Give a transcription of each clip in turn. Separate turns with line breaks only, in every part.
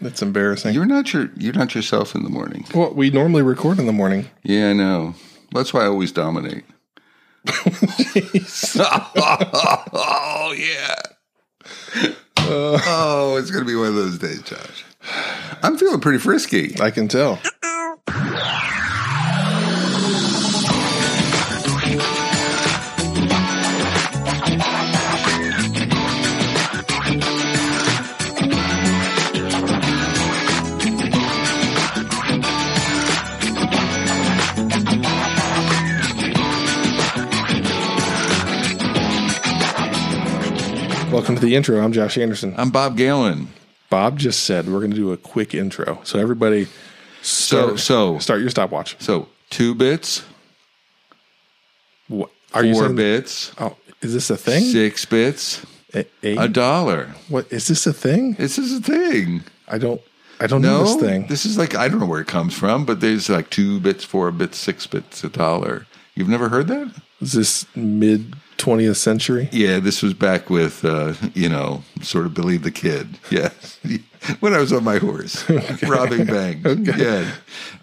That's embarrassing.
You're not your you're not yourself in the morning.
well, we normally record in the morning.
Yeah, I know. That's why I always dominate. oh yeah. oh, it's gonna be one of those days, Josh. I'm feeling pretty frisky.
I can tell. Welcome to the intro. I'm Josh Anderson.
I'm Bob Galen.
Bob just said we're going to do a quick intro. So everybody
So
start,
so
start your stopwatch.
so two bits,
What, are you
four
saying,
bits,
Oh, is this a thing?
six bits,
A- eight?
a dollar.
what is this a thing?
This is a thing.
I don't I don't
No,
know this thing.
is like I don't know where it comes from, but there's like two bits, four bits, six bits, a dollar. You've never heard that?
Is this mid 20th century?
Yeah, this was back with uh, you know, sort of Billy the Kid. Yeah, when I was on my horse, robbing banks. Yeah.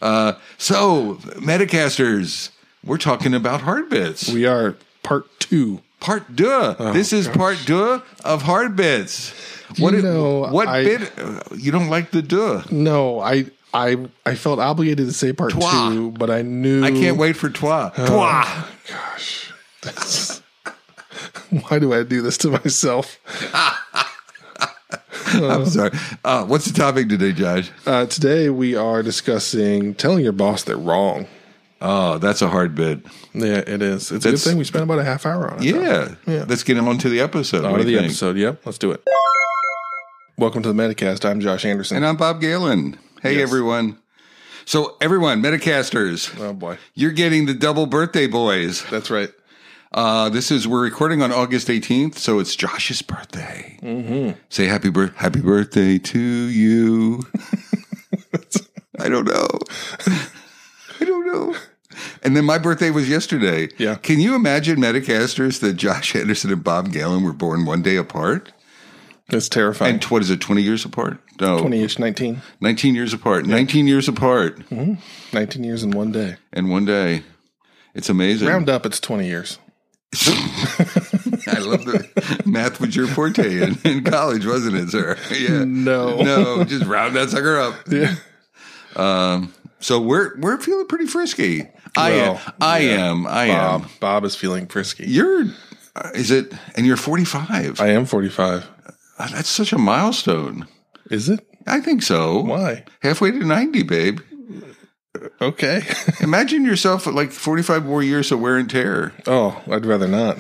Uh, so, Metacasters, we're talking about hard bits.
We Oh, are part 2.
part deux. this is part deux of hard bits. What
you
it-
know,
what
I-
bit? You don't like the deux.
No, I I I felt obligated to say part
Twa.
2, but I knew
I can't wait for trois.
Oh.
trois.
Why do I do this to myself?
I'm sorry. Uh, what's the topic today, Josh?
Oh. Uh, today we are discussing telling your boss they're wrong.
Oh, that's a hard bit.
Yeah, it is. It's a good
That's-
thing we spent about a half hour on it. though.
Yeah.
Yeah.
Let's get on to the episode.
On
What
to
do
the
you think?
episode. Yep, let's do it. Welcome to the Medicast. I'm Josh Anderson.
And I'm Bob Galen. Hey,
Yes.
everyone. So, everyone, Metacasters,
oh boy,
you're getting the double birthday boys.
that's right.
Uh, this is, we're recording on August 18th, so it's Josh's birthday. Mm-hmm. Say happy, bir- happy birthday to you. I don't know. I don't know. And then my birthday was yesterday.
Yeah.
Can you imagine Metacasters that Josh Anderson and Bob Galen were born one day apart?
It's terrifying.
And what is it, 20 years apart? No,
20-ish, 19.
19 years apart. 19 years apart.
Mm-hmm. 19 years in one day.
and one day it's amazing.
Round up, it's 20 years.
I love the math was your forte in, in college, wasn't it, sir? Yeah.
No.
No, just round that sucker up.
Yeah.
So we're we're feeling pretty frisky. I am.
Well,
I am. I am.
Bob, Um, Bob is feeling frisky.
You're is it and you're 45.
I am 45.
That's such a milestone.
Is it?
I think so.
Why?
Halfway to 90, babe.
Okay.
Imagine yourself at like 45 more years of wear and tear.
oh, I'd rather not.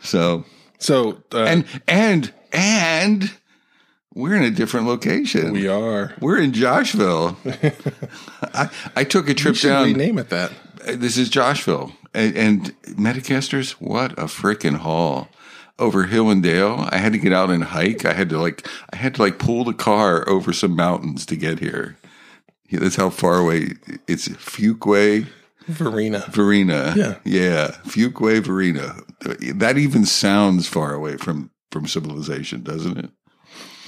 So,
So, uh,
and and and we're in a different location.
we are.
We're in Joshville. I, I took a trip
Should we
down. Uh,
name it that?
This is Joshville. And, and Metacasters, what a freaking haul. Over hill and dale, I had to get out and hike. I had to like, I had to like pull the car over some mountains to get here. Yeah, that's how far away it's Fuquay
Verena.
Verena.
Yeah.
yeah, Fuquay Verena. That even sounds far away from from civilization, doesn't it?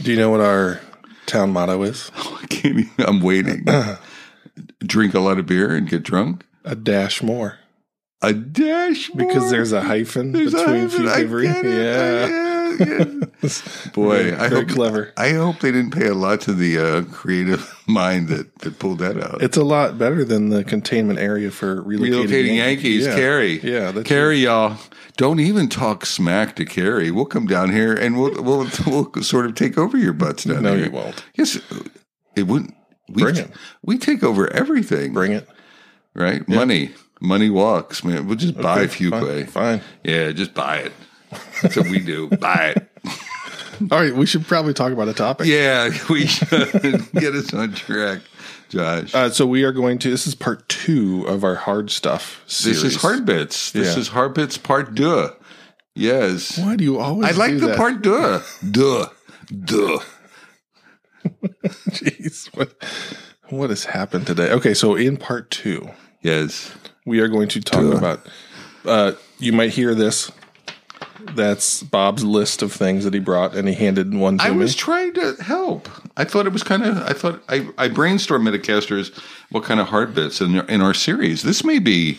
Do you know what our town motto is?
I can't even, I'm waiting. Drink a lot of beer and get drunk.
A dash more.
A dash more.
Because there's a hyphen
There's a
between
hyphen.
Fuquay
I get
Verena.
it. Yeah, yeah.
Yeah.
Boy, I
Very
hope
clever.
I hope they didn't pay a lot to the uh, creative mind that, that pulled that out.
It's a lot better than the containment area for relocating,
Relocating Yankees,
Yeah.
Carrie.
Yeah, that's
Carrie, y'all. Don't even talk smack to Carrie. We'll come down here and we'll we'll, we'll sort of take over your butts down
No,
here.
you won't.
Yes, it wouldn't. We,
Bring it.
we take over everything.
Bring it.
right? Money, money walks, man. We'll just buy
Fine.
Fuquay.
fine.
Yeah, just buy it. That's what we do. buy it.
All right, we should probably talk about a topic.
Yeah, we should get us on track, Josh.
Uh, so we are going to. This is part two of our hard stuff. Series.
this is hard bits. This
Yeah.
is hard bits part deux. Yes,
Why do you always?
I like
do
the
that?
part deux. Duh, duh.
Jeez, what what has happened today? Okay, so in part two,
Yes,
we are going to talk about. Uh, you might hear this. That's Bob's list of things that he brought, and he handed one to
I
me.
was trying to help. I thought it was kind of. I thought I, I brainstormed Metacasters what kind of hard bits in in our series. This may be.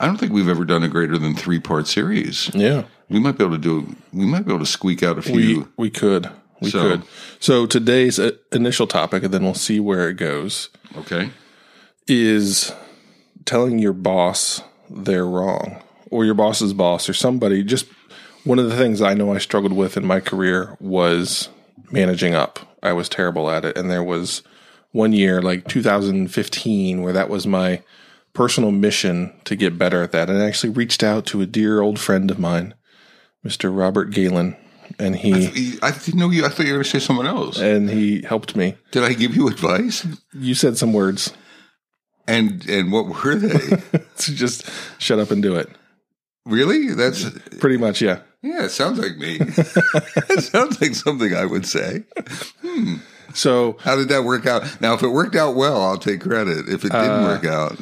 I don't think we've ever done a greater than three part series.
yeah,
We might be able to do. We might be able to squeak out a few.
we we could we
So-
could. So today's uh, initial topic, and then we'll see where it goes.
okay.
is telling your boss they're wrong or your boss's boss or somebody just one of the things i know i struggled with in my career was managing up i was terrible at it and there was one year like 2015 where that was my personal mission to get better at that and i actually reached out to a dear old friend of mine mr robert galen and he
I didn't know you. I thought you were going to say someone else.
and he helped me
Did I give you advice?
you said some words
And and what were they?
so just shut up and do it
really? That's
pretty much yeah
yeah. It sounds like me. it sounds like something I would say.
so
How did that work out? Now, if it worked out well, I'll take credit. If it didn't work out,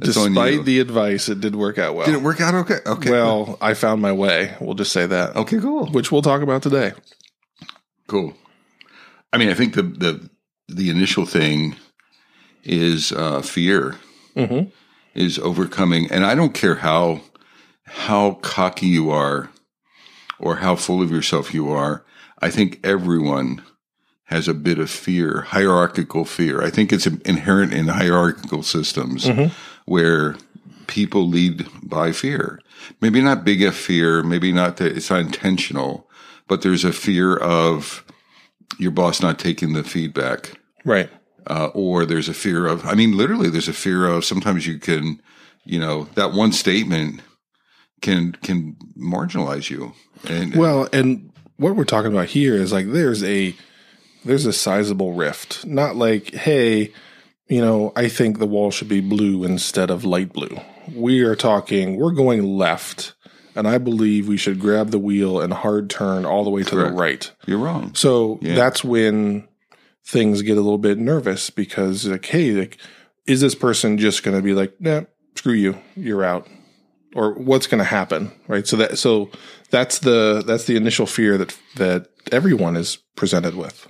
it's on you.
despite the advice, it did work out well.
did it work out Oh. okay? Okay.
well, I found my way. We'll just say that,
okay. Cool.
which we'll talk about today.
Cool. I mean, I think the the the initial thing is uh, fear
Mhm.
is overcoming, and I don't care how how cocky you are or how full of yourself you are. I think everyone has a bit of fear, hierarchical fear. I think it's inherent in hierarchical systems where people lead by fear. Maybe not big F fear, maybe not that it's not intentional, but there's a fear of your boss not taking the feedback.
Right.
Uh, or there's a fear of, I mean, literally, there's a fear of sometimes you can, you know, that one statement can can marginalize you. And
Well, and what we're talking about here is like there's a there's a sizable rift. Not like, hey, you know, I think the wall should be blue instead of light blue. We are talking we're going left, and I believe we should grab the wheel and hard turn all the way to
Correct.
the right.
you're wrong.
So
Yeah.
that's when things get a little bit nervous because like, hey, like, is this person just going to be like, nah, screw you, you're out, or what's going to happen, right? So that so that's the that's the initial fear that that everyone is presented with.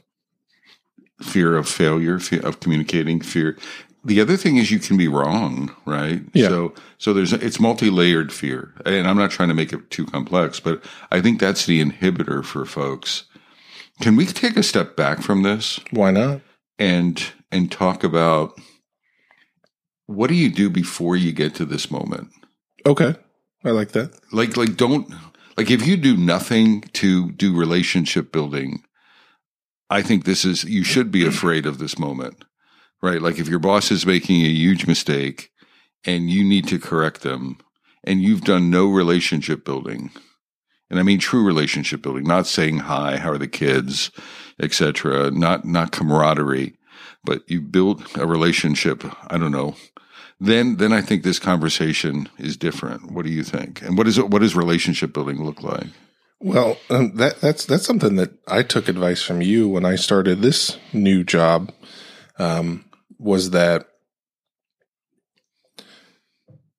fear of failure, fear of communicating, fear. The other thing is you can be wrong, right?
Yeah.
So so there's it's multi-layered fear. And I'm not trying to make it too complex, but I think that's the inhibitor for folks. Can we take a step back from this
Why not?
and and talk about what do you do before you get to this moment?
Okay, I like that.
like like don't like if you do nothing to do relationship building i think this is you should be afraid of this moment right like if your boss is making a huge mistake and you need to correct them and you've done no relationship building and i mean true relationship building not saying hi how are the kids etc not not camaraderie but you built a relationship i don't know then then I think this conversation is different. What do you think? And what is it? What does relationship building look like?
Well, um, that that's that's something that I took advice from you when I started this new job. Um, was that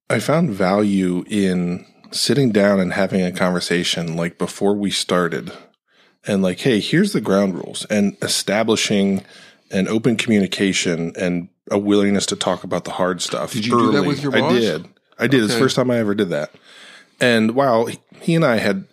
I found value in sitting down and having a conversation like before we started, and like, hey, here's the ground rules, and establishing an open communication and a willingness to talk about the hard stuff.
Did you do that with your boss?
I did. I did. It's the
Okay.
first time I ever did that. And while he- he and I had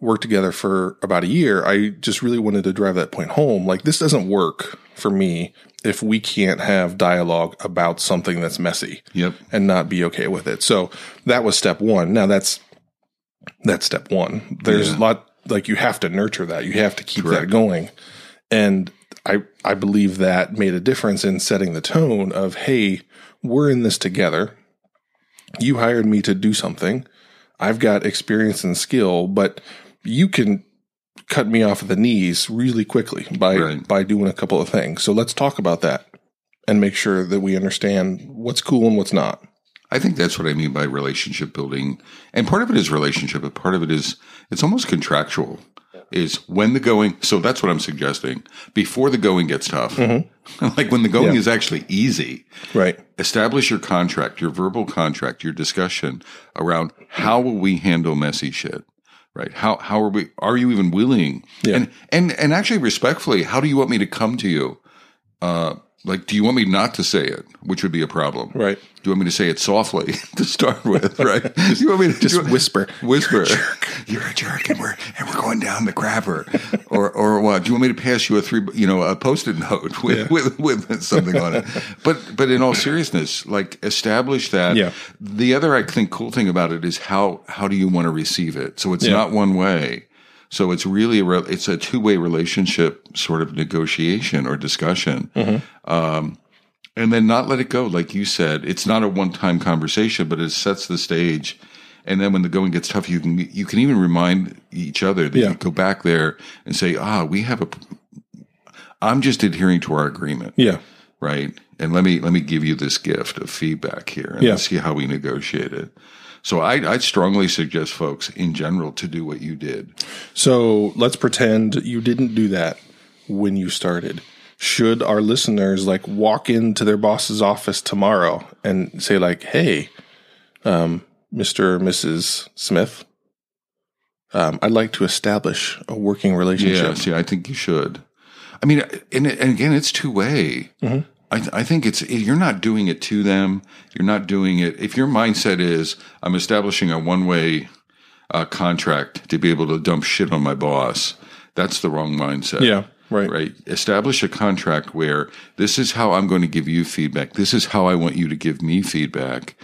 worked together for about a year, I just really wanted to drive that point home. Like, this doesn't work for me if we can't have dialogue about something that's messy
Yep.
and not be okay with it. So that was step one. Now that's that's step one. There's
Yeah.
a lot like you have to nurture that. You have to keep
Correct.
that going. And I I believe that made a difference in setting the tone of hey, we're in this together. You hired me to do something. I've got experience and skill, but you can cut me off at the knees really quickly by
Right.
by doing a couple of things. So let's talk about that and make sure that we understand what's cool and what's not.
I think that's what I mean by relationship building. And part of it is relationship, but part of it is it's almost contractual. Is when the going so that's what I'm suggesting. Before the going gets tough. like when the going is actually easy.
Right.
Establish your contract, your verbal contract, your discussion around how will we handle messy shit? right? How how are we? Are you even willing?
Yeah.
And and and actually, respectfully, how do you want me to come to you? Uh, like, do you want me not to say it, which would be a problem?
Right.
Do you want me to say it softly to start with? Right. do you want me to
Just
do you-
whisper.
whisper? You're a jerk. and we're and we're going down the crapper, or or what? Do you want me to pass you a three, you know, a post-it note with
Yeah.
with, with something on it? But but in all seriousness, like establish that.
Yeah.
The other I think cool thing about it is how how do you want to receive it? So it's not one way. So it's really a re- it's a two way relationship sort of negotiation or discussion and then not let it go. Like you said, it's not a one time conversation, but it sets the stage. And then when the going gets tough, you can you can even remind each other that
Yeah.
you go back there and say, "Ah, we have a." I'm just adhering to our agreement,
Yeah.
right? And let me let me give you this gift of feedback here, and
Yeah.
let's see how we negotiate it. So I I strongly suggest folks in general to do what you did.
So let's pretend you didn't do that when you started. Should our listeners like walk into their boss's office tomorrow and say like, "Hey, um, Mr. or Mrs. Smith, um, I'd like to establish a working relationship."
Yeah, see, I think you should. I mean, and, and again, it's two way.
Mm-hmm.
I, th- I think it's you're not doing it to them. You're not doing it. If your mindset is I'm establishing a one way uh, contract to be able to dump shit on my boss, that's the wrong mindset.
Yeah, right.
Right. Establish a contract where this is how I'm going to give you feedback. This is how I want you to give me feedback.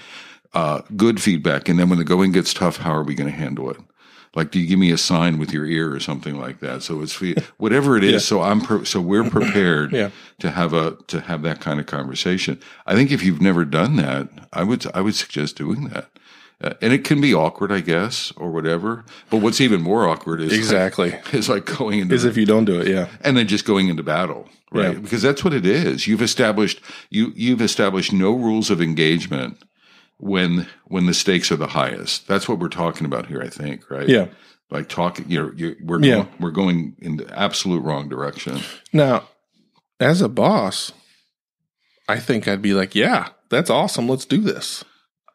Uh, good feedback. And then when the going gets tough, how are we going to handle it? Like, do you give me a sign with your ear or something like that? So it's fe- whatever it is. So I'm pre- so we're prepared
Yeah.
to have a to have that kind of conversation. I think if you've never done that, I would I would suggest doing that. Uh, and it can be awkward, I guess, or whatever. But what's even more awkward is
Exactly.
like, is like going into
As if you don't do it, yeah.
and then just going into battle right
Yeah.
because that's what it is you've established you you've established no rules of engagement when when the stakes are the highest that's what we're talking about here i think right
Yeah.
like talking you know you we're
Yeah.
going, we're going in the absolute wrong direction
Now, as a boss, I think I'd be like, "Yeah, that's awesome. Let's do this."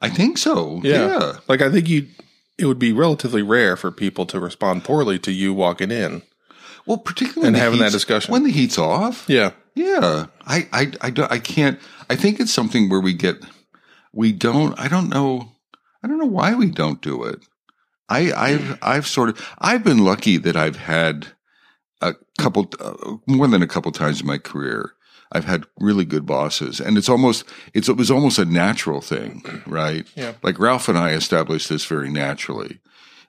i think so
Yeah.
yeah,
Like I think you it would be relatively rare for people to respond poorly to you walking in.
well particularly
And
when the
having that
heat's-
discussion.
when the heat's off
Yeah.
Yeah, I, I, I, don't- I can't. I think it's something where we get, we don't. I don't know. I don't know why we don't do it. I, I've, I've sort of. I've been lucky that I've had a couple, uh, more than a couple times in my career. I've had really good bosses, and it's almost, it's it was almost a natural thing, right?
Yeah.
Like Ralph and I established this very naturally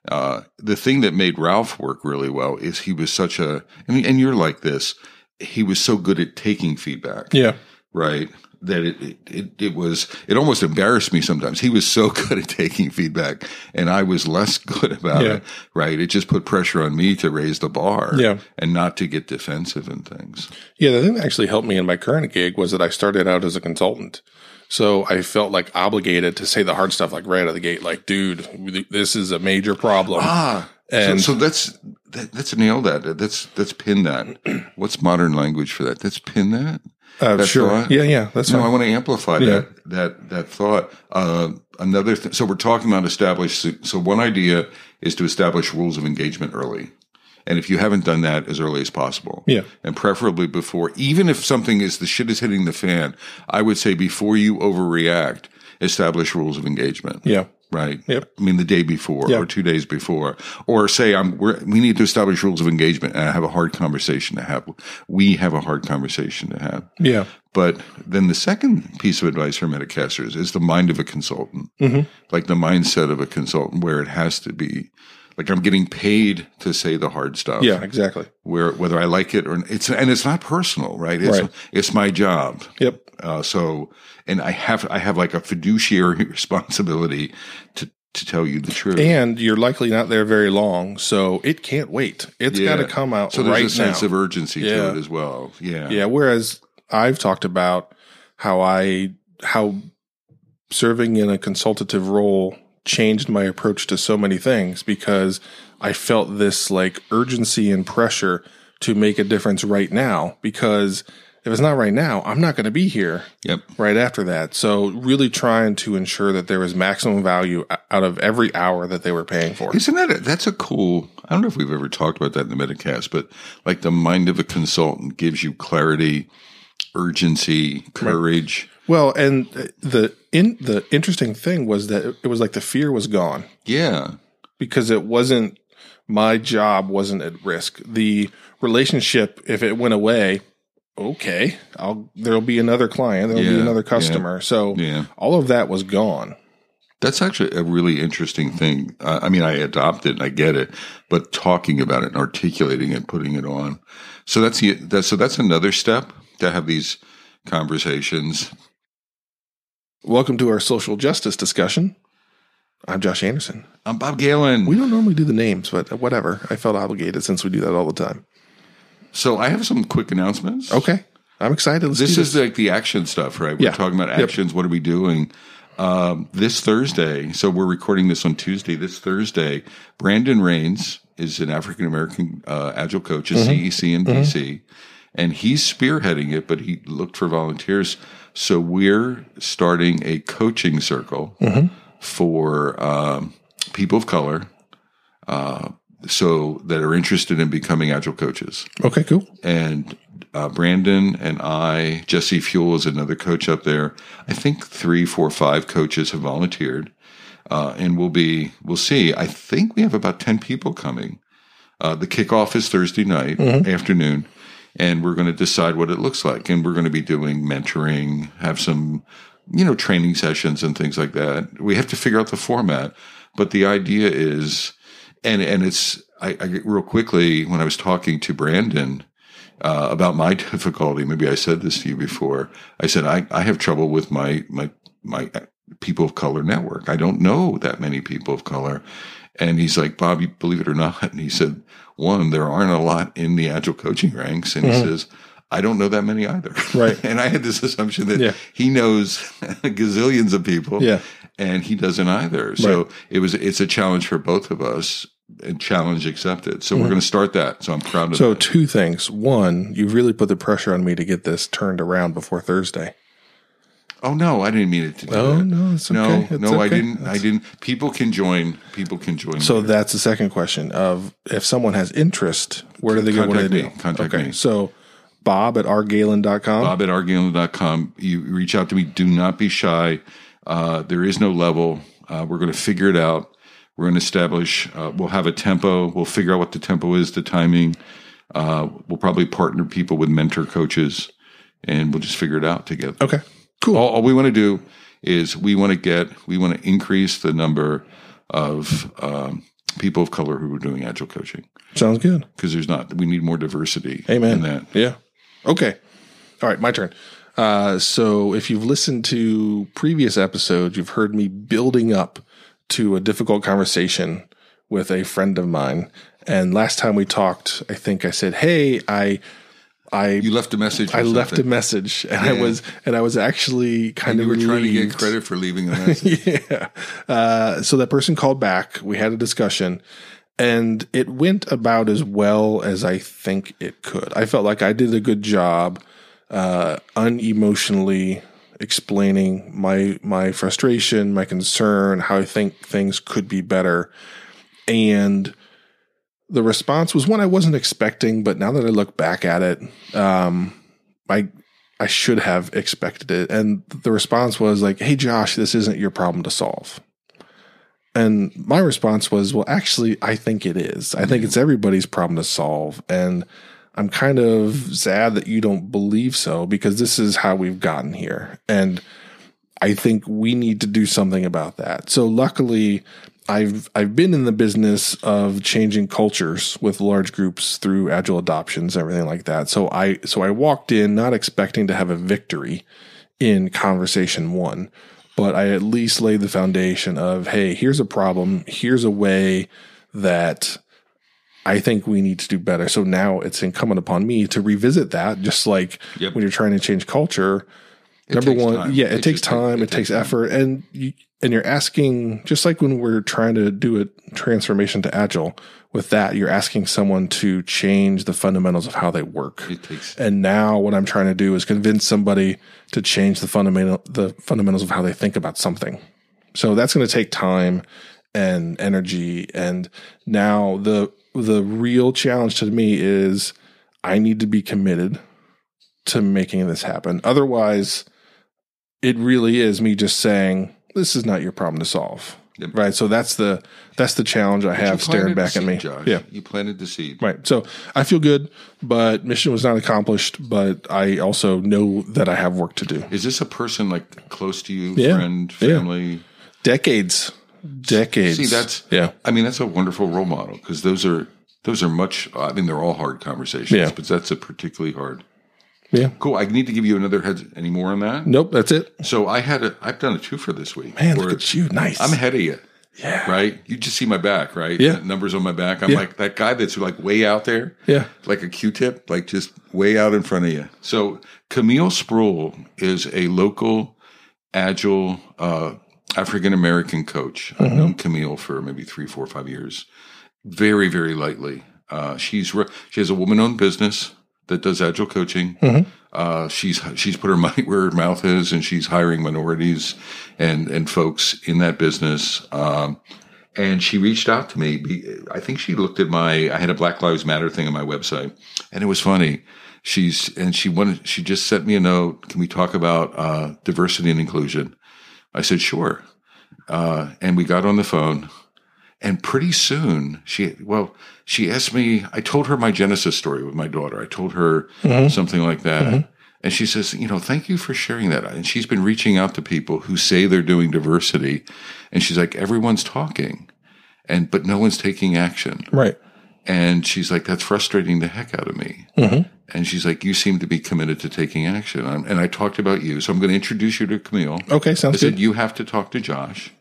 uh, the thing that made Ralph work really well is he was such a, I mean, and you're like this. He was so good at taking feedback,
Yeah.
right? That it, it it it was it almost embarrassed me sometimes. He was so good at taking feedback, and I was less good about
Yeah.
it, right? It just put pressure on me to raise the bar,
Yeah.
and not to get defensive and things.
Yeah, the thing that actually helped me in my current gig was that I started out as a consultant. So I felt like obligated to say the hard stuff like right out of the gate like, "Dude, this is a major problem."
Ah,
And-
so, so that's that, that's nail that. That's that's pin that. What's modern language for that? That's pin that.
Uh,
that's
sure.
right.
Yeah, yeah, that's
No, I
fine.
want to amplify
Yeah.
that that that thought. Uh, another, th- so we're talking about establish. So, so one idea is to establish rules of engagement early, and if you haven't done that, as early as possible.
Yeah.
and preferably before. Even if something is the shit is hitting the fan, I would say before you overreact, establish rules of engagement.
Yeah.
Right.
Yep.
I mean, the day before
Yeah.
or two days before, or say I'm we're, we need to establish rules of engagement and I have a hard conversation to have. We have a hard conversation to have.
Yeah.
But then the second piece of advice for metacasters is the mind of a consultant,
Mm-hmm.
like the mindset of a consultant, where it has to be like I'm getting paid to say the hard stuff,
Yeah, exactly.
where whether I like it or it's and it's not personal, right? It's
Right.
it's my job.
Yep.
Uh, so and I have I have like a fiduciary responsibility to to tell you the truth.
And you're likely not there very long, so it can't wait. It's got
Yeah.
to come out
so there's
right
a sense
now.
of urgency
Yeah.
to it as well. Yeah.
Yeah. Whereas I've talked about how I how serving in a consultative role changed my approach to so many things because I felt this like urgency and pressure to make a difference right now because if it's not right now, I'm not going to be here
Yep.
right after that. So really trying to ensure that there was maximum value o- out of every hour that they were paying for.
Isn't that a, that's a cool? I don't know if we've ever talked about that in the Metacast, but like the mind of a consultant gives you clarity, urgency, courage.
Well, and the in the interesting thing was that it was like the fear was gone
Yeah,
because it wasn't my job wasn't at risk. The relationship, if it went away, okay, I'll there'll be another client, there'll be
Yeah,
another
yeah,
customer. So
yeah.
all of that was gone.
That's actually a really interesting thing. I I mean, I adopt it and I get it, but talking about it and articulating it, putting it on. So that's the, that, so that's another step to have these conversations.
Welcome to our social justice discussion. I'm Josh Anderson.
I'm Bob Galen.
We don't normally do the names, but whatever. I felt obligated since we do that all the time.
so I have some quick announcements.
Okay. I'm excited. Let's
This
do
is like the action stuff, right? We're
Yeah.
talking about
Yep.
actions. What are we doing? Um, this Thursday, so we're recording this on Tuesday. This Thursday, Brandon Rains is an African American uh, agile coach
Mm-hmm.
at CEC in DC, and he's spearheading it, but he looked for volunteers. So we're starting a coaching circle
Mm-hmm.
for um, people of color. Uh, so that are interested in becoming agile coaches
Okay, cool.
and uh, Brandon and I, Jesse Fuel is another coach up there. I think three, four, five coaches have volunteered, uh, and we'll be we'll see. I think we have about ten people coming. Uh, the kickoff is Thursday night afternoon, and we're going to decide what it looks like, and we're going to be doing mentoring, have some you know training sessions and things like that. We have to figure out the format, but the idea is, and and it's. I, I real quickly when I was talking to Brandon uh, about my difficulty. Maybe I said this to you before. I said I, I have trouble with my my my uh, people of color network. I don't know that many people of color. And he's like, Bob, you believe it or not, and he said, one, there aren't a lot in the agile coaching ranks, and he says. I don't know that many either.
Right.
and I had this assumption that
Yeah.
he knows gazillions of people
Yeah.
and he doesn't either. So it was it's a challenge for both of us and challenge accepted. So we're going to start that. So I'm proud of
So,
that.
two things. One, you really put the pressure on me to get this turned around before Thursday.
Oh no, I didn't mean it to do
Oh,
that.
no, it's
no,
okay. It's
no, I
okay.
didn't. I didn't. People can join. People can join.
So, that's the second question of if someone has interest, where do they go? What do
Contact
they
me.
do?
Contact
okay.
me.
So, bob at rgalen.com.
Bob at arguing.com. You reach out to me. Do not be shy. Uh, there is no level. Uh, we're going to figure it out. We're going to establish. Uh, we'll have a tempo. We'll figure out what the tempo is, the timing. Uh, we'll probably partner people with mentor coaches, and we'll just figure it out together.
Okay. Cool.
All, all we want to do is we want to get we want to increase the number of um, people of color who are doing agile coaching.
Sounds good.
because there's not we need more diversity
Amen.
in that
Yeah. Okay. All right, my turn. Uh, so if you've listened to previous episodes, you've heard me building up to a difficult conversation with a friend of mine. And last time we talked, I think I said, "Hey, I I
you left a message or
I left a
something.
message, and I was and I was actually kind
you
of
were trying to get
relieved.
credit for leaving a message
yeah. Uh, so that person called back. We had a discussion, and it went about as well as I think it could. I felt like I did a good job, uh, unemotionally explaining my my frustration, my concern, how I think things could be better, and the response was one I wasn't expecting. But now that I look back at it, um, I I should have expected it. And the response was like, "Hey Josh, this isn't your problem to solve." And my response was, "Well, actually, I think it is. I think it's everybody's problem to solve." And I'm kind of sad that you don't believe so because this is how we've gotten here. And I think we need to do something about that. So luckily, I've I've been in the business of changing cultures with large groups through agile adoptions and everything like that. So I so I walked in not expecting to have a victory in conversation 1, but I at least laid the foundation of hey, here's a problem, here's a way that I think we need to do better. So now it's incumbent upon me to revisit that just like
Yep.
when you're trying to change culture number
takes
one
time.
yeah it,
It
takes
just takes-
time it,
it
takes,
takes time.
effort and you and you're asking just like when we're trying to do a transformation to agile with that, you're asking someone to change the fundamentals of how they work.
It takes
And now what I'm trying to do is convince somebody to change the fundamental the fundamentals of how they think about something. So that's going to take time and energy and now the the real challenge to me is I need to be committed to making this happen. Otherwise, it really is me just saying this is not your problem to solve.
Yep.
Right? So that's the that's the challenge I have
You
staring
planted the
back at
seed,
me.
Josh.
Yeah.
you planted the seed.
Right. So I feel good, but mission was not accomplished, but I also know that I have work to do.
Is this a person like close to you,
Yeah.
friend,
Yeah.
family?
Decades. Decades.
See, that's-
yeah.
I mean, that's a wonderful role model because those are those are much. I mean, they're all hard conversations,
Yeah.
but that's a particularly hard.
Yeah.
Cool. I need to give you another head. Any more on that?
Nope, that's it.
So I had a. I've done a two for this week.
Man,
where
look at you. Nice.
I'm ahead of you.
yeah.
Right? You just see my back, right?
Yeah.
The numbers on my back. I'm
Yeah.
like that guy that's like way out there.
Yeah.
Like a Q-tip, like just way out in front of you. So Camille Sproul is a local agile uh, African American coach. I've known Camille for maybe three, four, five years. Very, very lightly. Uh, she's re- she has a woman-owned business that does agile coaching. Uh, she's she's put her money where her mouth is, and she's hiring minorities and and folks in that business. Um, and she reached out to me. Be- I think she looked at my. I had a Black Lives Matter thing on my website, and it was funny. She's and she wanted. She just sent me a note. Can we talk about uh, diversity and inclusion? I said sure, uh, and we got on the phone. And pretty soon, she well, she asked me. I told her my Genesis story with my daughter. I told her something like that. And she says, you know, thank you for sharing that. And she's been reaching out to people who say they're doing diversity. And she's like, everyone's talking and, but no one's taking action.
Right.
And she's like, that's frustrating the heck out of me.
Mm-hmm.
And she's like, you seem to be committed to taking action. i and I talked about you. So I'm going to introduce you to Camille.
Okay, sounds
I said,
Oh, good.
you have to talk to Josh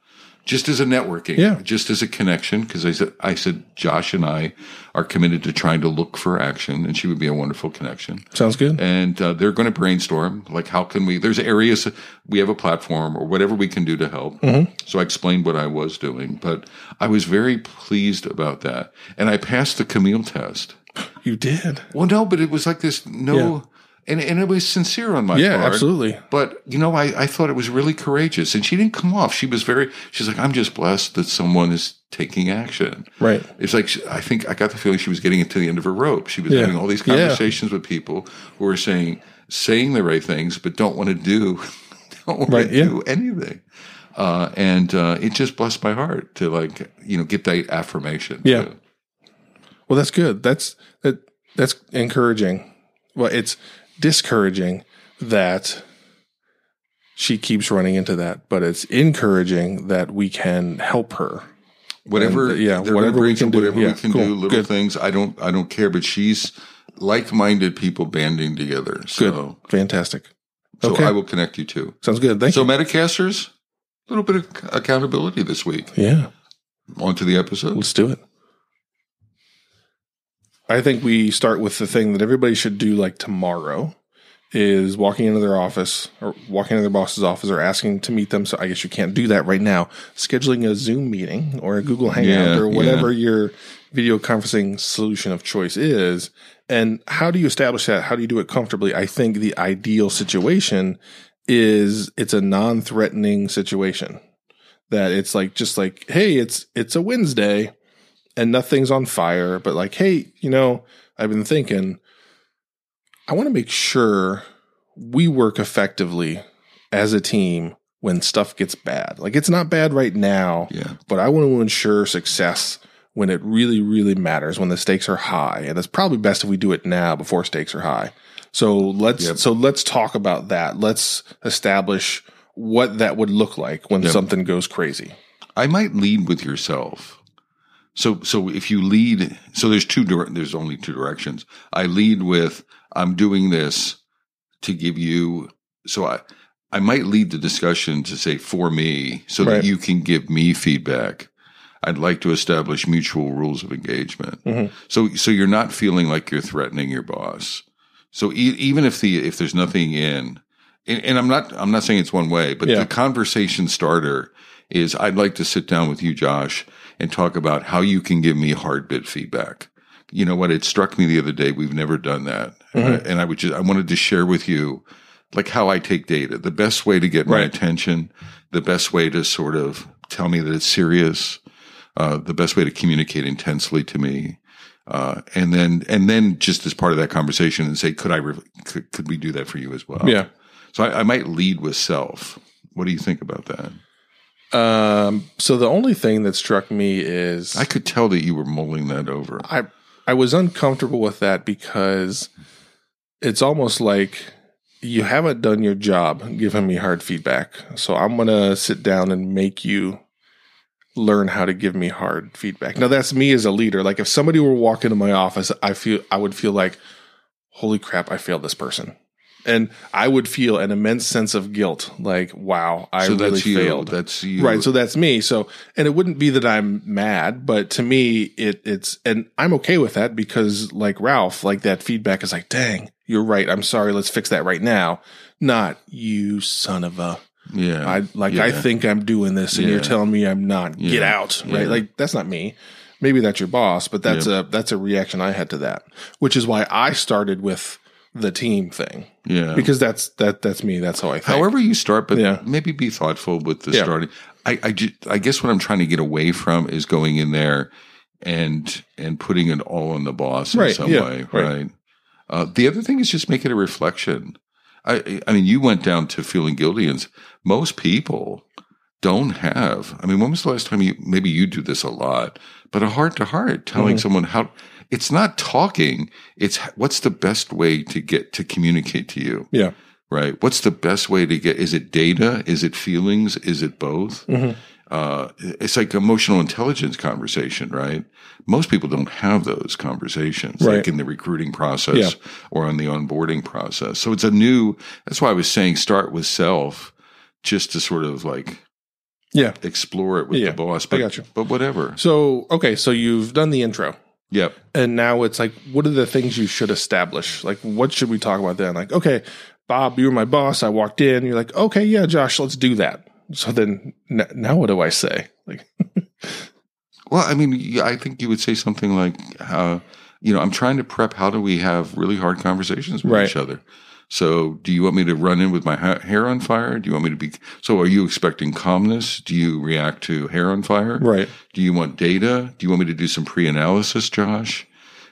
just as a networking,
Yeah.
just as a connection. Cause I said, I said, Josh and I are committed to trying to look for action and she would be a wonderful connection
Sounds good.
and uh, they're going to brainstorm like how can we there's areas we have a platform or whatever we can do to help
Mm-hmm.
so i explained what i was doing but i was very pleased about that and i passed the camille test
you did.
well no but it was like this no
Yeah.
and, and it was sincere on my
Yeah,
part
absolutely.
but you know I, I thought it was really courageous and she didn't come off she was very she's like i'm just blessed that someone is taking action
Right.
it's like she- I think I got the feeling she was getting it to the end of her rope. She was
Yeah.
having all these
Yeah.
conversations with people who were saying saying the right things, but don't want to do don't want
Right,
to
yeah.
do anything. Uh, and uh, it just blessed my heart to like you know get that affirmation.
Yeah.
too.
Well, that's good. That's that that's encouraging. Well, it's discouraging that she keeps running into that, but it's encouraging that we can help her.
whatever.
And, yeah,
they're gonna
whatever we
bring
can
up
do.
Whatever
Yeah,
we can
cool.
do. Little
Good.
things. I don't. I don't care. But she's like-minded people banding together.
Good.
So,
Fantastic.
so
Okay.
I will connect you too.
Sounds good. Thank
So
you.
Metacasters, a little bit of accountability this week.
Yeah.
On to the episode.
Let's do it. I think we start with the thing that everybody should do like tomorrow is walking into their office or walking into their boss's office or asking to meet them. So I guess you can't do that right now. Scheduling a Zoom meeting or a Google Hangout
Yeah,
or
yeah.
whatever your video conferencing solution of choice is. And how do you establish that? How do you do it comfortably? I think the ideal situation is it's a non-threatening situation that it's like just like hey it's it's a wednesday and nothing's on fire but like hey you know i've been thinking i want to make sure we work effectively as a team when stuff gets bad like it's not bad right now
Yeah.
but i want to ensure success when it really really matters when the stakes are high and it's probably best if we do it now before stakes are high so let's
Yep.
so let's talk about that let's establish what that would look like when
Yep.
something goes crazy
I might lead with yourself. So, so if you lead, so there's two, dir- there's only two directions. I lead with, I'm doing this to give you, so I, I might lead the discussion to say for me so
Right.
that you can give me feedback. I'd like to establish mutual rules of engagement.
Mhm.
So, so you're not feeling like you're threatening your boss. So e- even if the, if there's nothing in, and, and I'm not, I'm not saying it's one way, but
Yeah.
the conversation starter is I'd like to sit down with you, Josh, and talk about how you can give me hard bit feedback. You know what? It struck me the other day. We've never done that. And,
Mm-hmm.
I, and I would just, I wanted to share with you like how I take data, the best way to get my
Right.
attention, the best way to sort of tell me that it's serious, uh, the best way to communicate intensely to me. Uh, and then, and then just as part of that conversation and say, could I, re- could, could we do that for you as well?
Yeah.
So I, I might lead with self. What do you think about that?
Um, so the only thing that struck me is
I could tell that you were mulling that over.
I I was uncomfortable with that because it's almost like you haven't done your job giving me hard feedback. So I'm going to sit down and make you learn how to give me hard feedback. Now that's me as a leader. Like if somebody were walking to my office, I feel I would feel like holy crap, I failed this person. And I would feel an immense sense of guilt, like wow, I
so
really
that's you.
failed.
That's you.
Right. So that's me. So, and it wouldn't be that I'm mad, but to me, it it's, and I'm okay with that because like Ralph, like that feedback is like, dang, you're right. I'm sorry. Let's fix that right now. Not you son of a,
yeah.
I like, I
Yeah.
think I'm doing this and you're
Yeah.
telling me I'm not get
Yeah.
out. Right.
Yeah.
Like that's not me. Maybe that's your boss, but that's a, that's a reaction I had to that, which is why I started with the team thing
yeah.
because that's, that, that's me. That's how I think.
However you start, but
Yeah.
maybe be thoughtful with the
Yeah.
starting. I, I, ju- I guess what I'm trying to get away from is going in there and and putting it all on the boss in
Right,
some
yeah,
way,
right.
right? Uh, the other thing is just make it a reflection. I, I mean, you went down to feeling guilty, and s- most people don't have. I mean, when was the last time you? Maybe you do this a lot, but a heart to heart,
Mm-hmm.
telling someone how it's not talking. It's h- what's the best way to get to communicate to you
yeah.
right? What's the best way to get? Is it data? Is it feelings? Is it both?
Mm-hmm.
Uh, it's like emotional intelligence conversation, right? Most people don't have those conversations,
Right.
like in the recruiting process
Yeah.
or on the onboarding process. So it's a new. That's why I was saying start with self, just to sort of like
Yeah.
explore it with
Yeah,
the boss. But,
got you.
But whatever.
So, okay. So you've done the intro.
Yep.
and now it's like what are the things you should establish like what should we talk about then like okay bob you were my boss i walked in you're like okay yeah josh let's do that so then n- now what do i say like
Well, I mean, y- I think you would say something like, uh, you know, I'm trying to prep. How do we have really hard conversations with
Right.
each other? So, do you want me to run in with my ha- hair on fire? Do you want me to be? So, are you expecting calmness? Do you react to hair on fire?
right
Do you want data? Do you want me to do some pre-analysis, Josh?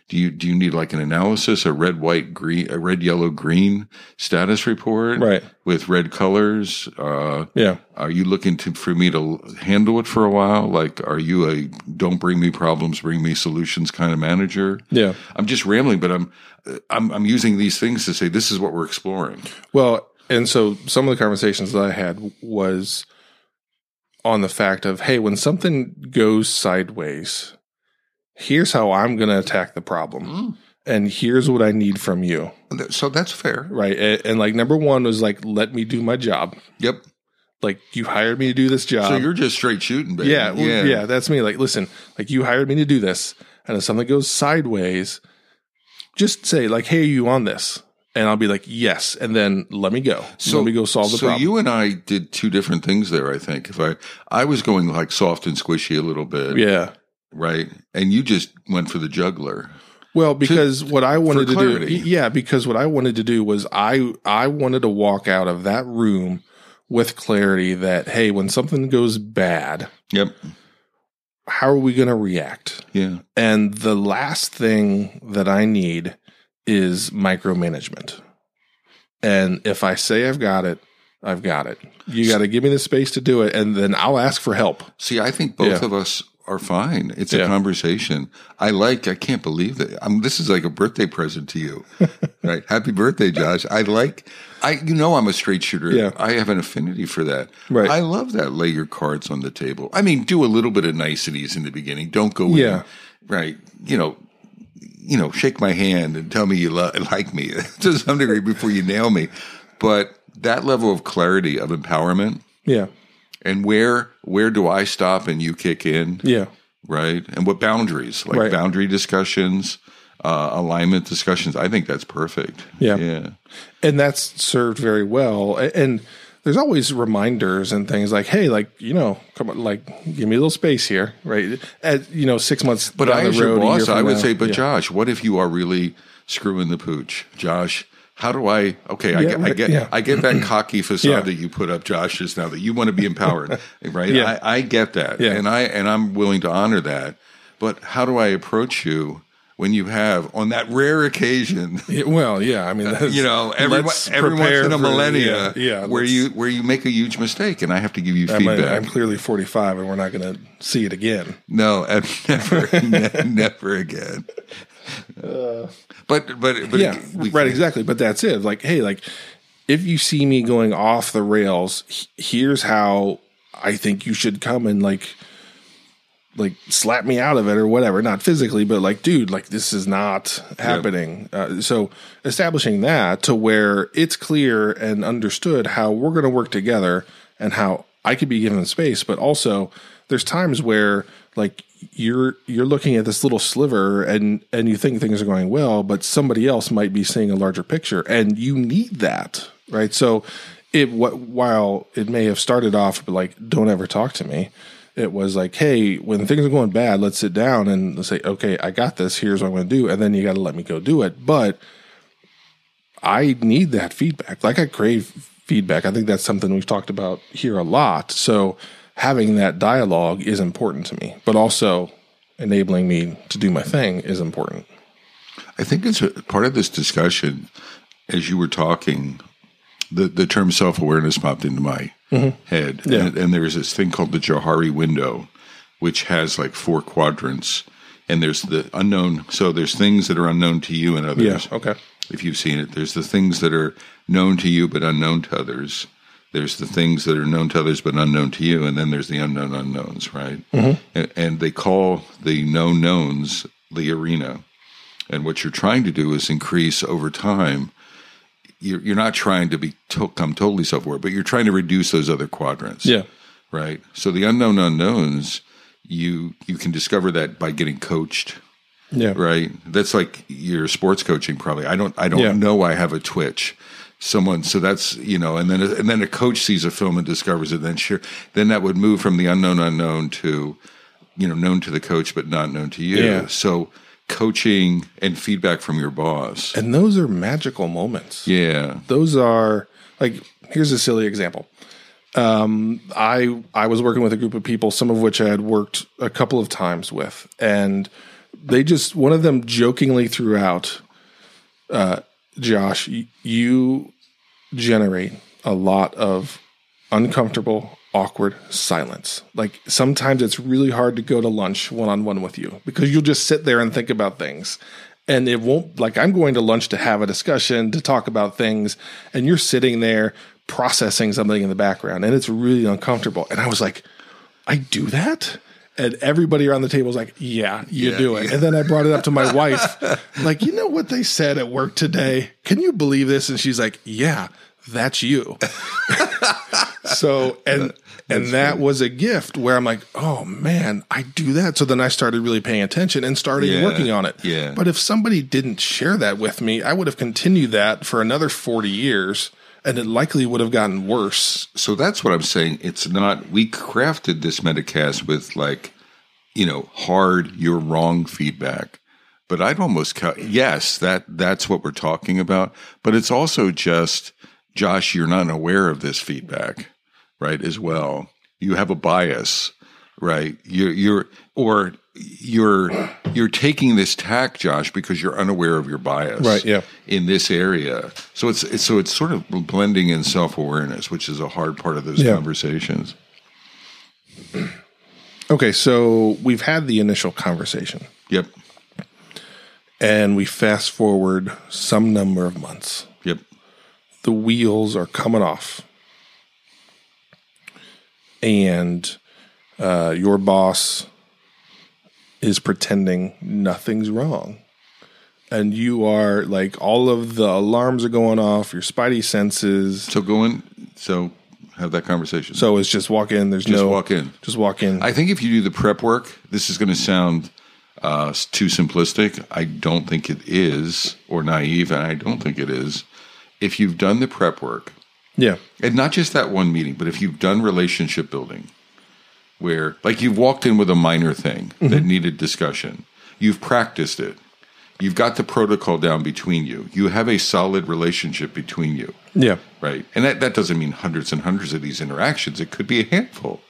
Do you do you need like an analysis, a red, white, green, a red, yellow, green status report,
Right.
With red colors. Uh,
yeah
are you looking to for me to handle it for a while? Like, are you a don't bring me problems, bring me solutions kind of manager?
yeah
I'm just rambling, but I'm I'm, I'm using these things to say this is what we're exploring.
well and so some of the conversations that i had was on the fact of hey when something goes sideways here's how i'm going to attack the problem and here's what i need from you
Hmm. So that's fair.
right and, and like number one was like let me do my job
Yep.
like you hired me to do this job.
So you're just straight shooting, baby.
yeah, well, yeah, that's me. Like, listen, like you hired me to do this, and if something goes sideways, just say like, "Hey, are you on this?" And I'll be like, "Yes," and then let me go. let me go solve the
so
problem.
you and I did two different things there. I think if I I was going like soft and squishy a little bit,
yeah.
right, and you just went for the juggler.
Well, because what I wanted to
clarity.
do, yeah, because what I wanted to do was I I wanted to walk out of that room with clarity that hey, when something goes bad,
Yep.
how are we going to react?
Yeah.
And the last thing that I need is micromanagement. And if I say I've got it, I've got it. You got to give me the space to do it, and then I'll ask for help.
See, I think both
Yeah.
of us are fine. It's
Yeah.
a conversation. I like. I can't believe that. I'm, this is like a birthday present to you, right? Happy birthday, Josh. I like. I you know I'm a straight shooter.
Yeah.
I have an affinity for that.
Right.
I love that. Lay your cards on the table. I mean, do a little bit of niceties in the beginning. Don't go.
Yeah.
In, right. You know. You know, shake my hand and tell me you lo- like me to some degree before you nail me. But that level of clarity of empowerment
Yeah.
and where where do I stop and you kick in,
Yeah.
right? And what boundaries, like
Right.
boundary discussions, uh, alignment discussions. I think that's perfect.
Yeah.
yeah,
And that's served very well. A- And there's always reminders and things like, hey, like you know, come on, like give me a little space here, right? At you know, six months.
But
down
I,
the
as your
road, a year
boss,
from
I would
now-
say, but
yeah.
Josh, what if you are really screwing the pooch, Josh? How do I? Okay, I
Yeah,
get, I
right,
get,
yeah.
I get that cocky facade
Yeah.
that you put up, Josh, just now that you want to be empowered, right?
Yeah.
I, I get that,
Yeah.
and I and I'm willing to honor that. But how do I approach you when you have, on that rare occasion,
Yeah, well, yeah, I mean, that's,
Uh, you know, every,
let's
every once
prepare
in a
for- yeah,
millennia,
yeah,
where
let's-
you where you make a huge mistake, and I have to give you
I mean,
feedback.
I'm clearly 45, and we're not going to see it again.
No, ab- never, ne- never again. but but but
Uh, yeah, right, exactly. But that's it. Like, hey, like if you see me going off the rails, h- here's how I think you should come and like like slap me out of it or whatever not physically but like dude like this is not happening uh, so establishing that to where it's clear and understood how we're going to work together and how i could be given space but also there's times where like you're you're looking at this little sliver and and you think things are going well but somebody else might be seeing a larger picture and you need that right so it what while it may have started off like don't ever talk to me it was like, hey, when things are going bad, let's sit down and let's say, okay, I got this. Here's what I'm going to do, and then you got to let me go do it. But I need that feedback. Like I crave feedback. I think that's something we've talked about here a lot. So having that dialogue is important to me, but also enabling me to do my thing is important.
I think it's a, part of this discussion. As you were talking, the the term self awareness popped into my
Mm-hmm.
head, and, and there is this thing called the Johari window, which has like four quadrants, and there's the unknown. So there's things that are unknown to you and others.
Yeah. Okay.
if you've seen it. There's the things that are known to you but unknown to others. There's the things that are known to others but unknown to you, and then there's the unknown unknowns, right? And, and they call the known knowns the arena. And what you're trying to do is increase over time. You're, you're not trying to be to- come totally self-aware, but you're trying to reduce those other quadrants
Yeah.
right so the unknown unknowns you you can discover that by getting coached
Yeah.
right that's like your sports coaching probably i don't i don't
Yeah.
know i have a twitch someone so that's you know and then and then a coach sees a film and discovers it then sure then that would move from the unknown unknown to you know known to the coach but not known to you
Yeah.
so coaching and feedback from your boss
And those are magical moments.
yeah
those are like here's a silly example um i i was working with a group of people some of which i had worked a couple of times with and they just one of them jokingly threw out uh josh y- you generate a lot of uncomfortable awkward silence like sometimes it's really hard to go to lunch one-on-one with you because you'll just sit there and think about things and it won't like i'm going to lunch to have a discussion to talk about things and you're sitting there processing something in the background and it's really uncomfortable and i was like i do that and everybody around the table was like yeah you
Yeah,
do it and then i brought it up to my wife like you know what they said at work today can you believe this and she's like yeah that's you so and and that was a gift where I'm like, oh man, I do that. So then I started really paying attention and started
Yeah,
working on it.
yeah.
But if somebody didn't share that with me, I would have continued that for another 40 years, and it likely would have gotten worse.
so that's what I'm saying. It's not we crafted this metacast with like, you know, hard you're wrong feedback. But I'd almost ca- yes, that that's what we're talking about. But it's also just Josh, you're not aware of this feedback, right? As well, you have a bias, right? You're you're or you're you're taking this tack, Josh, because you're unaware of your bias,
Right, yeah.
in this area. So it's, it's so it's sort of blending in self awareness, which is a hard part of those
Yeah.
conversations.
Okay, so we've had the initial conversation,
Yep,
and we fast forward some number of months.
yep.
the wheels are coming off and uh, your boss is pretending nothing's wrong and you are like all of the alarms are going off your spidey senses
So go in. So have that conversation.
so it's just walk in there's
just
no
walk in.
just walk in
I think if you do the prep work, this is going to sound uh, s- too simplistic. I don't think it is, or naive, and I don't think it is. If you've done the prep work,
Yeah.
And not just that one meeting, but if you've done relationship building, where like you've walked in with a minor thing that needed discussion, you've practiced it, you've got the protocol down between you, you have a solid relationship between you,
Yeah.
right? And that, that doesn't mean hundreds and hundreds of these interactions, it could be a handful.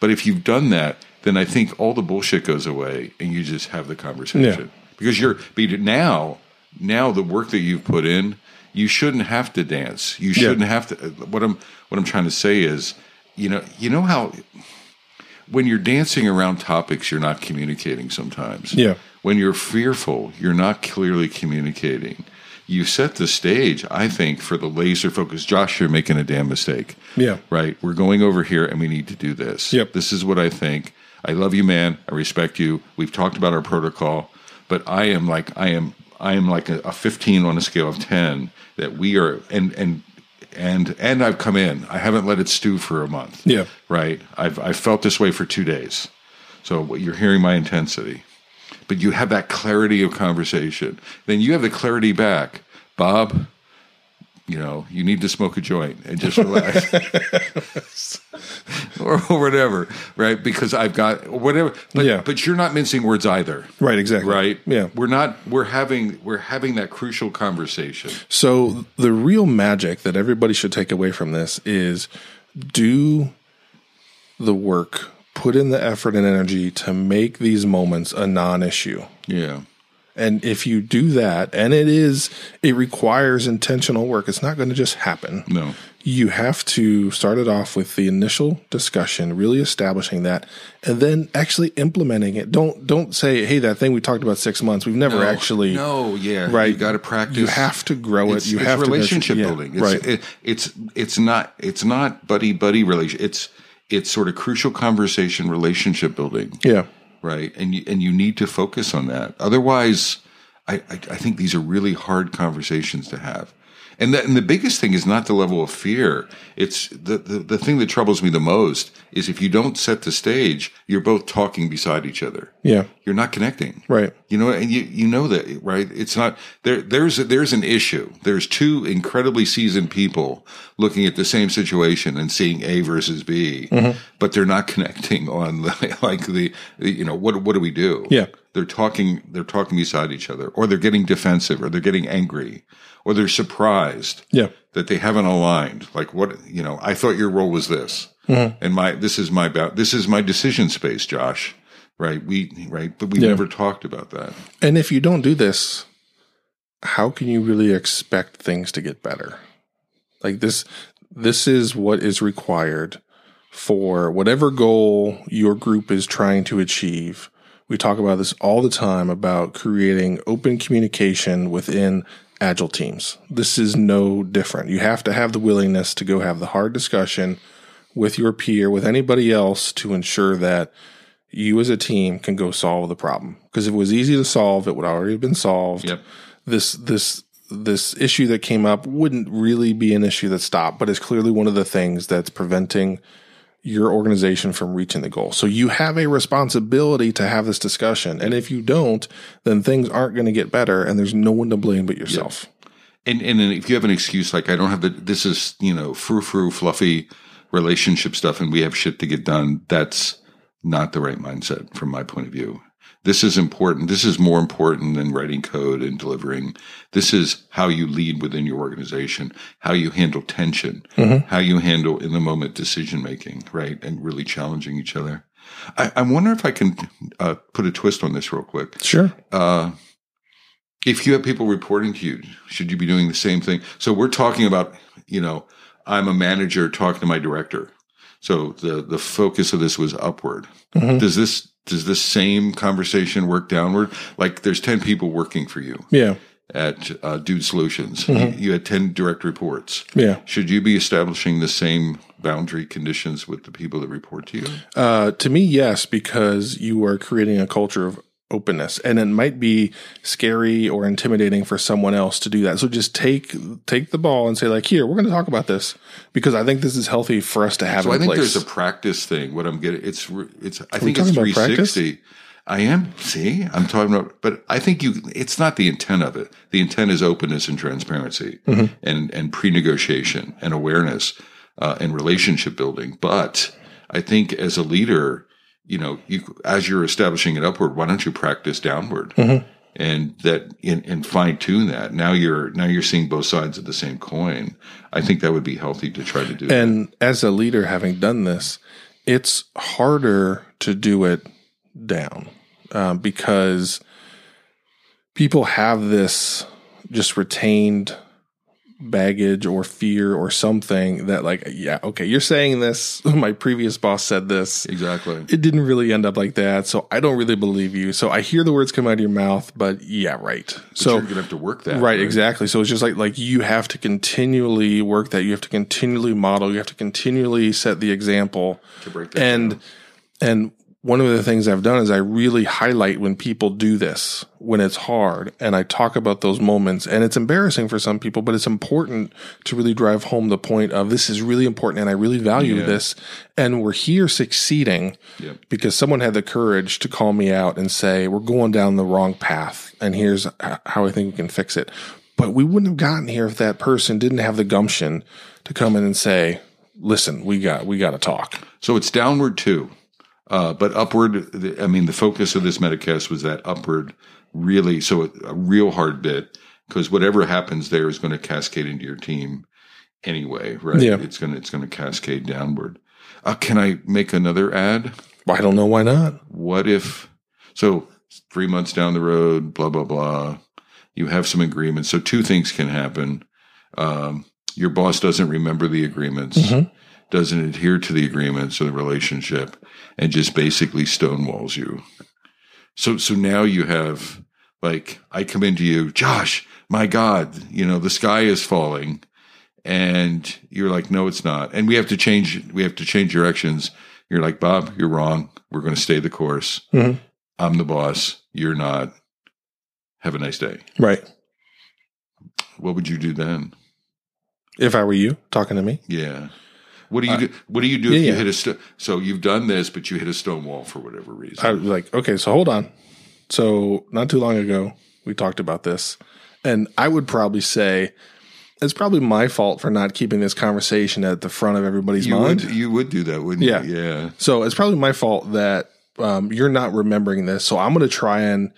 But if you've done that, then I think all the bullshit goes away and you just have the conversation. Because you're but now, now the work that you've put in, you shouldn't have to dance. You shouldn't have to what I'm what I'm trying to say is, you know, you know how when you're dancing around topics, you're not communicating sometimes.
Yeah.
When you're fearful, you're not clearly communicating. You set the stage, I think, for the laser focus. Josh, you're making a damn mistake.
Yeah.
Right? We're going over here and we need to do this.
Yep.
This is what I think. I love you, man. I respect you. We've talked about our protocol, but I am like I am I am like a, a 15 on a scale of 10 that we are and and and and I've come in. I haven't let it stew for a month
Yeah.
right? I've I've felt this way for two days, so what- you're hearing my intensity. But you have that clarity of conversation. Then you have the clarity back, Bob. You know, you need to smoke a joint and just relax, or, or whatever, right? Because I've got or whatever. But,
Yeah.
but you're not mincing words either,
Right, exactly.
right?
Yeah.
we're not. We're having we're having that crucial conversation.
So the real magic that everybody should take away from this is do the work, put in the effort and energy to make these moments a non-issue.
Yeah,
And if you do that, and it is, it requires intentional work. It's not going to just happen.
no,
You have to start it off with the initial discussion, really establishing that, and then actually implementing it. Don't don't say, "Hey, that thing we talked about six months, we've never actually."
no, yeah,
right.
You got to practice.
You have to grow it.
it's,
You
it's
have to nurture-
relationship
yeah,
building. It's,
right?
it- it's it's not it's not buddy buddy relation. It's it's sort of crucial conversation relationship building,
yeah,
right? And you and you need to focus on that. Otherwise, I I, I think these are really hard conversations to have. And that, and the biggest thing is not the level of fear. It's the, the the thing that troubles me the most is if you don't set the stage, you're both talking beside each other
yeah,
you're not connecting
Right.
you know and you you know that right it's not there there's there's an issue there's two incredibly seasoned people looking at the same situation and seeing a versus b but they're not connecting on the, like the you know what what do we do
Yeah.
they're talking they're talking beside each other or they're getting defensive or they're getting angry or they're surprised
yeah,
that they haven't aligned. Like what you know, I thought your role was this, and my this is my about this is my decision space, Josh. Right? We right, but we never talked about that.
And if you don't do this, how can you really expect things to get better? Like this this is what is required for whatever goal your group is trying to achieve. We talk about this all the time about creating open communication within agile teams. This is no different. You have to have the willingness to go have the hard discussion with your peer, with anybody else to ensure that you as a team can go solve the problem. Because if it was easy to solve, it would already have been solved.
Yep.
This this this issue that came up wouldn't really be an issue that stopped, but it's clearly one of the things that's preventing your organization from reaching the goal. So you have a responsibility to have this discussion. And if you don't, then things aren't going to get better and there's no one to blame but yourself.
And and then if you have an excuse like I don't have the this is you know frou frou fluffy relationship stuff, and we have shit to get done. That's not the right mindset from my point of view. This is important. This is more important than writing code and delivering. This is how you lead within your organization, how you handle tension, how you handle in the moment decision making, right? And really challenging each other. I, I wonder if I can uh, put a twist on this real quick
Sure.
uh, if you have people reporting to you, should you be doing the same thing? So we're talking about, you know, I'm a manager talking to my director. So the the focus of this was upward.
Mhm.
Does this does this same conversation work downward? Like there's ten people working for you
Yeah.
at uh, Dude Solutions. You, you had ten direct reports.
Yeah.
Should you be establishing the same boundary conditions with the people that report to you?
Uh, to me, yes, because you are creating a culture of openness, and it might be scary or intimidating for someone else to do that. So just take take the ball and say, like, here, we're going to talk about this because I think this is healthy for us to have
So
in
I think
place.
there's a practice thing. What I'm getting, it's re- it's I
we
think it's
talking about practice?
360. I am. See, I'm talking about, but I think you. It's not the intent of it. The intent is openness and transparency,
Mm-hmm.
and and pre-negotiation and awareness, uh, and relationship building. But I think as a leader, you know, you as you're establishing it upward, why don't you practice downward?
Mm-hmm.
And that and, and fine tune that. Now you're now you're seeing both sides of the same coin. I think that would be healthy to try to do. that.
And as a leader, having done this, it's harder to do it down um, because people have this just retained baggage or fear or something that, like, yeah, okay, you're saying this. My previous boss said this.
Exactly.
It didn't really end up like that. So I don't really believe you. So I hear the words come out of your mouth, but yeah, right.
So
so
you're gonna have to work that.
Right, exactly. So it's just like like you have to continually work that. You have to continually model. You have to continually set the example.
To break that
And
down.
and one of the things I've done is I really highlight when people do this when it's hard, and I talk about those moments. And it's embarrassing for some people, but it's important to really drive home the point of this is really important, and I really value
Yeah.
this. And we're here succeeding
Yep.
because someone had the courage to call me out and say, We're going down the wrong path, and here's h- how I think we can fix it. But we wouldn't have gotten here if that person didn't have the gumption to come in and say, Listen, we got we got to talk.
So it's downward too, uh, but upward. The, I mean, the focus of this metacast was that upward, really. So a, a real hard bit because whatever happens there is going to cascade into your team anyway, right?
Yeah.
It's gonna it's gonna cascade downward. Uh, can I make another ad?
Well, I don't know why not.
What if? So three months down the road, blah blah blah. You have some agreements. So two things can happen. Um, your boss doesn't remember the agreements
Mm-hmm.
doesn't adhere to the agreements or the relationship and just basically stonewalls you. So so now you have like I come into you, Josh, my God, you know, the sky is falling. And you're like, no, it's not. And we have to change we have to change directions. You're like, Bob, you're wrong. We're gonna stay the course.
Mhm.
I'm the boss. You're not. Have a nice day.
Right.
What would you do then?
If I were you talking to me,
Yeah. What do you do? What do you do
Uh, yeah,
if you
yeah.
hit a sto- so you've done this, but you hit a stone wall for whatever reason?
I was like, okay, so hold on. So not too long ago, we talked about this, and I would probably say it's probably my fault for not keeping this conversation at the front of everybody's
you
mind.
would you would do that, wouldn't
Yeah.
you? Yeah.
So it's probably my fault that um, you're not remembering this. So I'm going to try and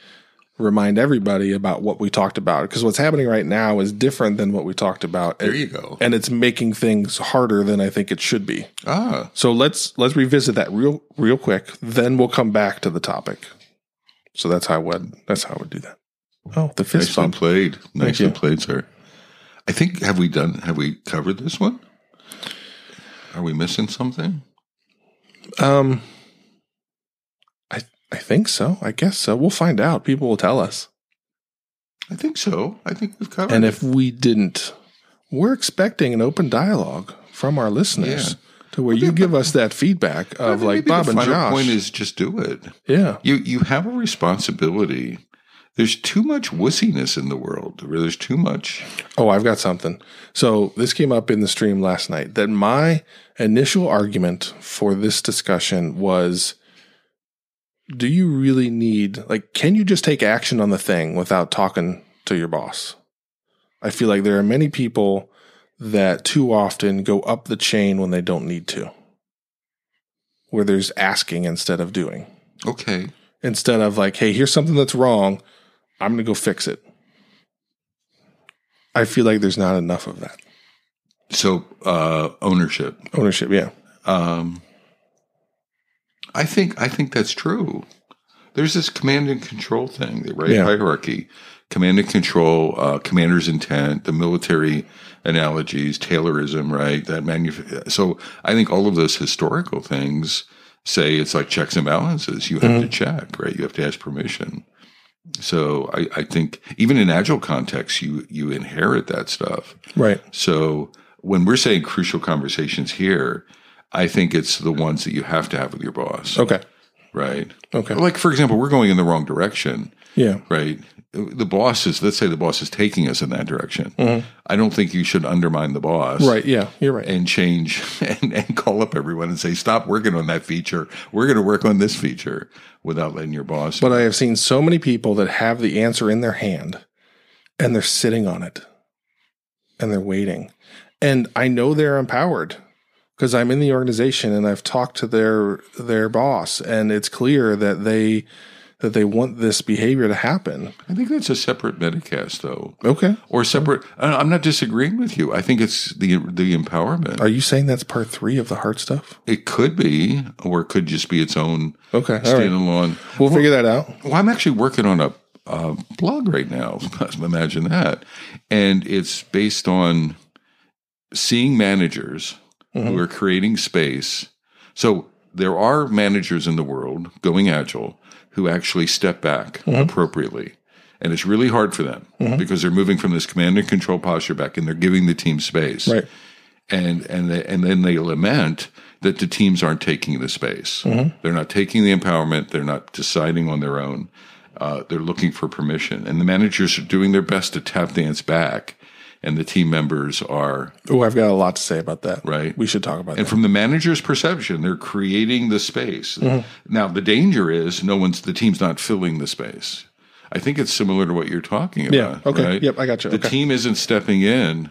remind everybody about what we talked about because what's happening right now is different than what we talked about.
There you go.
And it's making things harder than I think it should be.
Ah,
So let's let's revisit that real real quick. Then we'll come back to the topic. So that's how I would that's how I would do that. Oh, the fist
nicely
bump.
played. Nicely
you.
played, sir. I think have we done have we covered this one? Are we missing something?
Um, I I think so. I guess so. We'll find out. People will tell us.
I think so. I think we've covered.
And
it.
if we didn't, we're expecting an open dialogue from our listeners to where you give us that feedback
I
of
mean,
uh, like
maybe
Bob
the
and
final
Josh.
point is just do it.
yeah.
You you have a responsibility. There's too much wussiness in the world. Where there's too much.
Oh, I've got something. So this came up in the stream last night that my initial argument for this discussion was do you really need like can you just take action on the thing without talking to your boss? I feel like there are many people that too often go up the chain when they don't need to. Where there's asking instead of doing.
Okay.
Instead of like, hey, here's something that's wrong, I'm going to go fix it. I feel like there's not enough of that.
So uh, ownership.
Ownership, yeah.
Um, I think I think that's true. There's this command and control thing, right?
Yeah.
Hierarchy, command and control, uh, commander's intent, the military analogies, Taylorism, right? That manuf- So I think all of those historical things say it's like checks and balances. You have to check, right? You have to ask permission. So I, I think even in agile context, you you inherit that stuff.
Right.
So when we're saying crucial conversations here, I think it's the ones that you have to have with your boss,
Okay.
right?
Okay.
Like for example, we're going in the wrong direction,
Yeah.
right? the boss is let's say the boss is taking us in that direction. I don't think you should undermine the boss.
Mm-hmm. Right. Yeah. You're right.
And change and, and call up everyone and say, stop working on that feature. We're going to work on this feature without letting your boss.
But I have seen so many people that have the answer in their hand and they're sitting on it and they're waiting. And I know they're empowered because I'm in the organization and I've talked to their their boss and it's clear that they that they want this behavior to happen.
I think that's a separate Metacast, though,
Okay.
or separate. I- I'm not disagreeing with you. I think it's the the empowerment.
Are you saying that's part 3 of the heart stuff?
It could be, or it could just be its own
Okay. All right.
standalone.
We'll figure that out.
Well, I'm actually working on a, a blog right now. Imagine that. And it's based on seeing managers
Mm-hmm.
who are creating space. So there are managers in the world going agile who actually step back
Mm-hmm.
appropriately. And it's really hard for them because they're moving from this command and control posture back and they're giving the team space
Right.
and and they, and then they lament that the teams aren't taking the space.
Mm-hmm.
They're not taking the empowerment. They're not deciding on their own. Uh, they're looking for permission, and the managers are doing their best to tap dance back, and the team members are.
Oh, I've got a lot to say about that.
Right.
We should talk about
And
that.
from the manager's perception, they're creating the space.
Mm-hmm.
Now, the danger is no one's the team's not filling the space. I think it's similar to what you're talking about.
Yeah. Okay.
right?
Yep, I got you.
The
Okay.
team isn't stepping in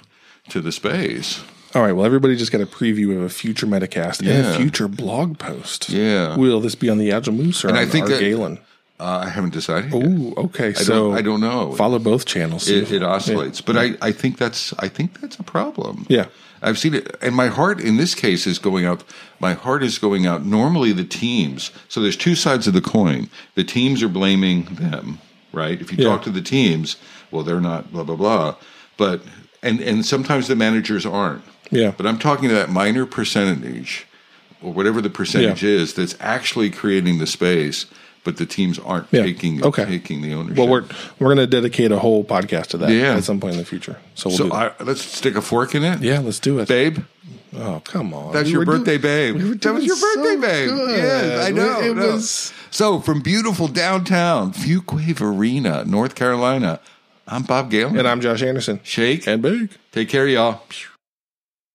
to the space.
All right. Well, everybody just got a preview of a future Metacast and a
Yeah.
future blog post.
Yeah.
Will this be on the Agile Moose or on I
I think
think
that-
Galen?
Uh, I haven't decided. yet.
Ooh, okay.
I
so
don't, I don't know.
follow both channels. see
it,
if-
it oscillates, but I, I think that's I think that's a problem.
Yeah.
I've seen it, and my heart in this case is going out. My heart is going out. Normally, the teams. So there's two sides of the coin. The teams are blaming them, right? If you talk to the teams, well, they're not blah blah blah. But and and sometimes the managers aren't.
Yeah.
But I'm talking to that minor percentage, or whatever the percentage is, that's actually creating the space, but the teams aren't
Yeah.
taking
Okay.
taking the ownership.
Well, we're we're going to dedicate a whole podcast to that
Yeah.
at some point in the future. So we'll do
So
that.
I, let's stick a fork in it.
yeah, let's do it.
Babe,
Oh, come on.
that's
We
your
were doing-
birthday, babe.
we were
that was
doing
your birthday,
so
babe.
good.
Yes, I know.
It
no.
was-
so from beautiful downtown Fuquay Arena, North Carolina. I'm Bob Galen.
And I'm Josh Anderson.
Shake
And big.
take care, y'all.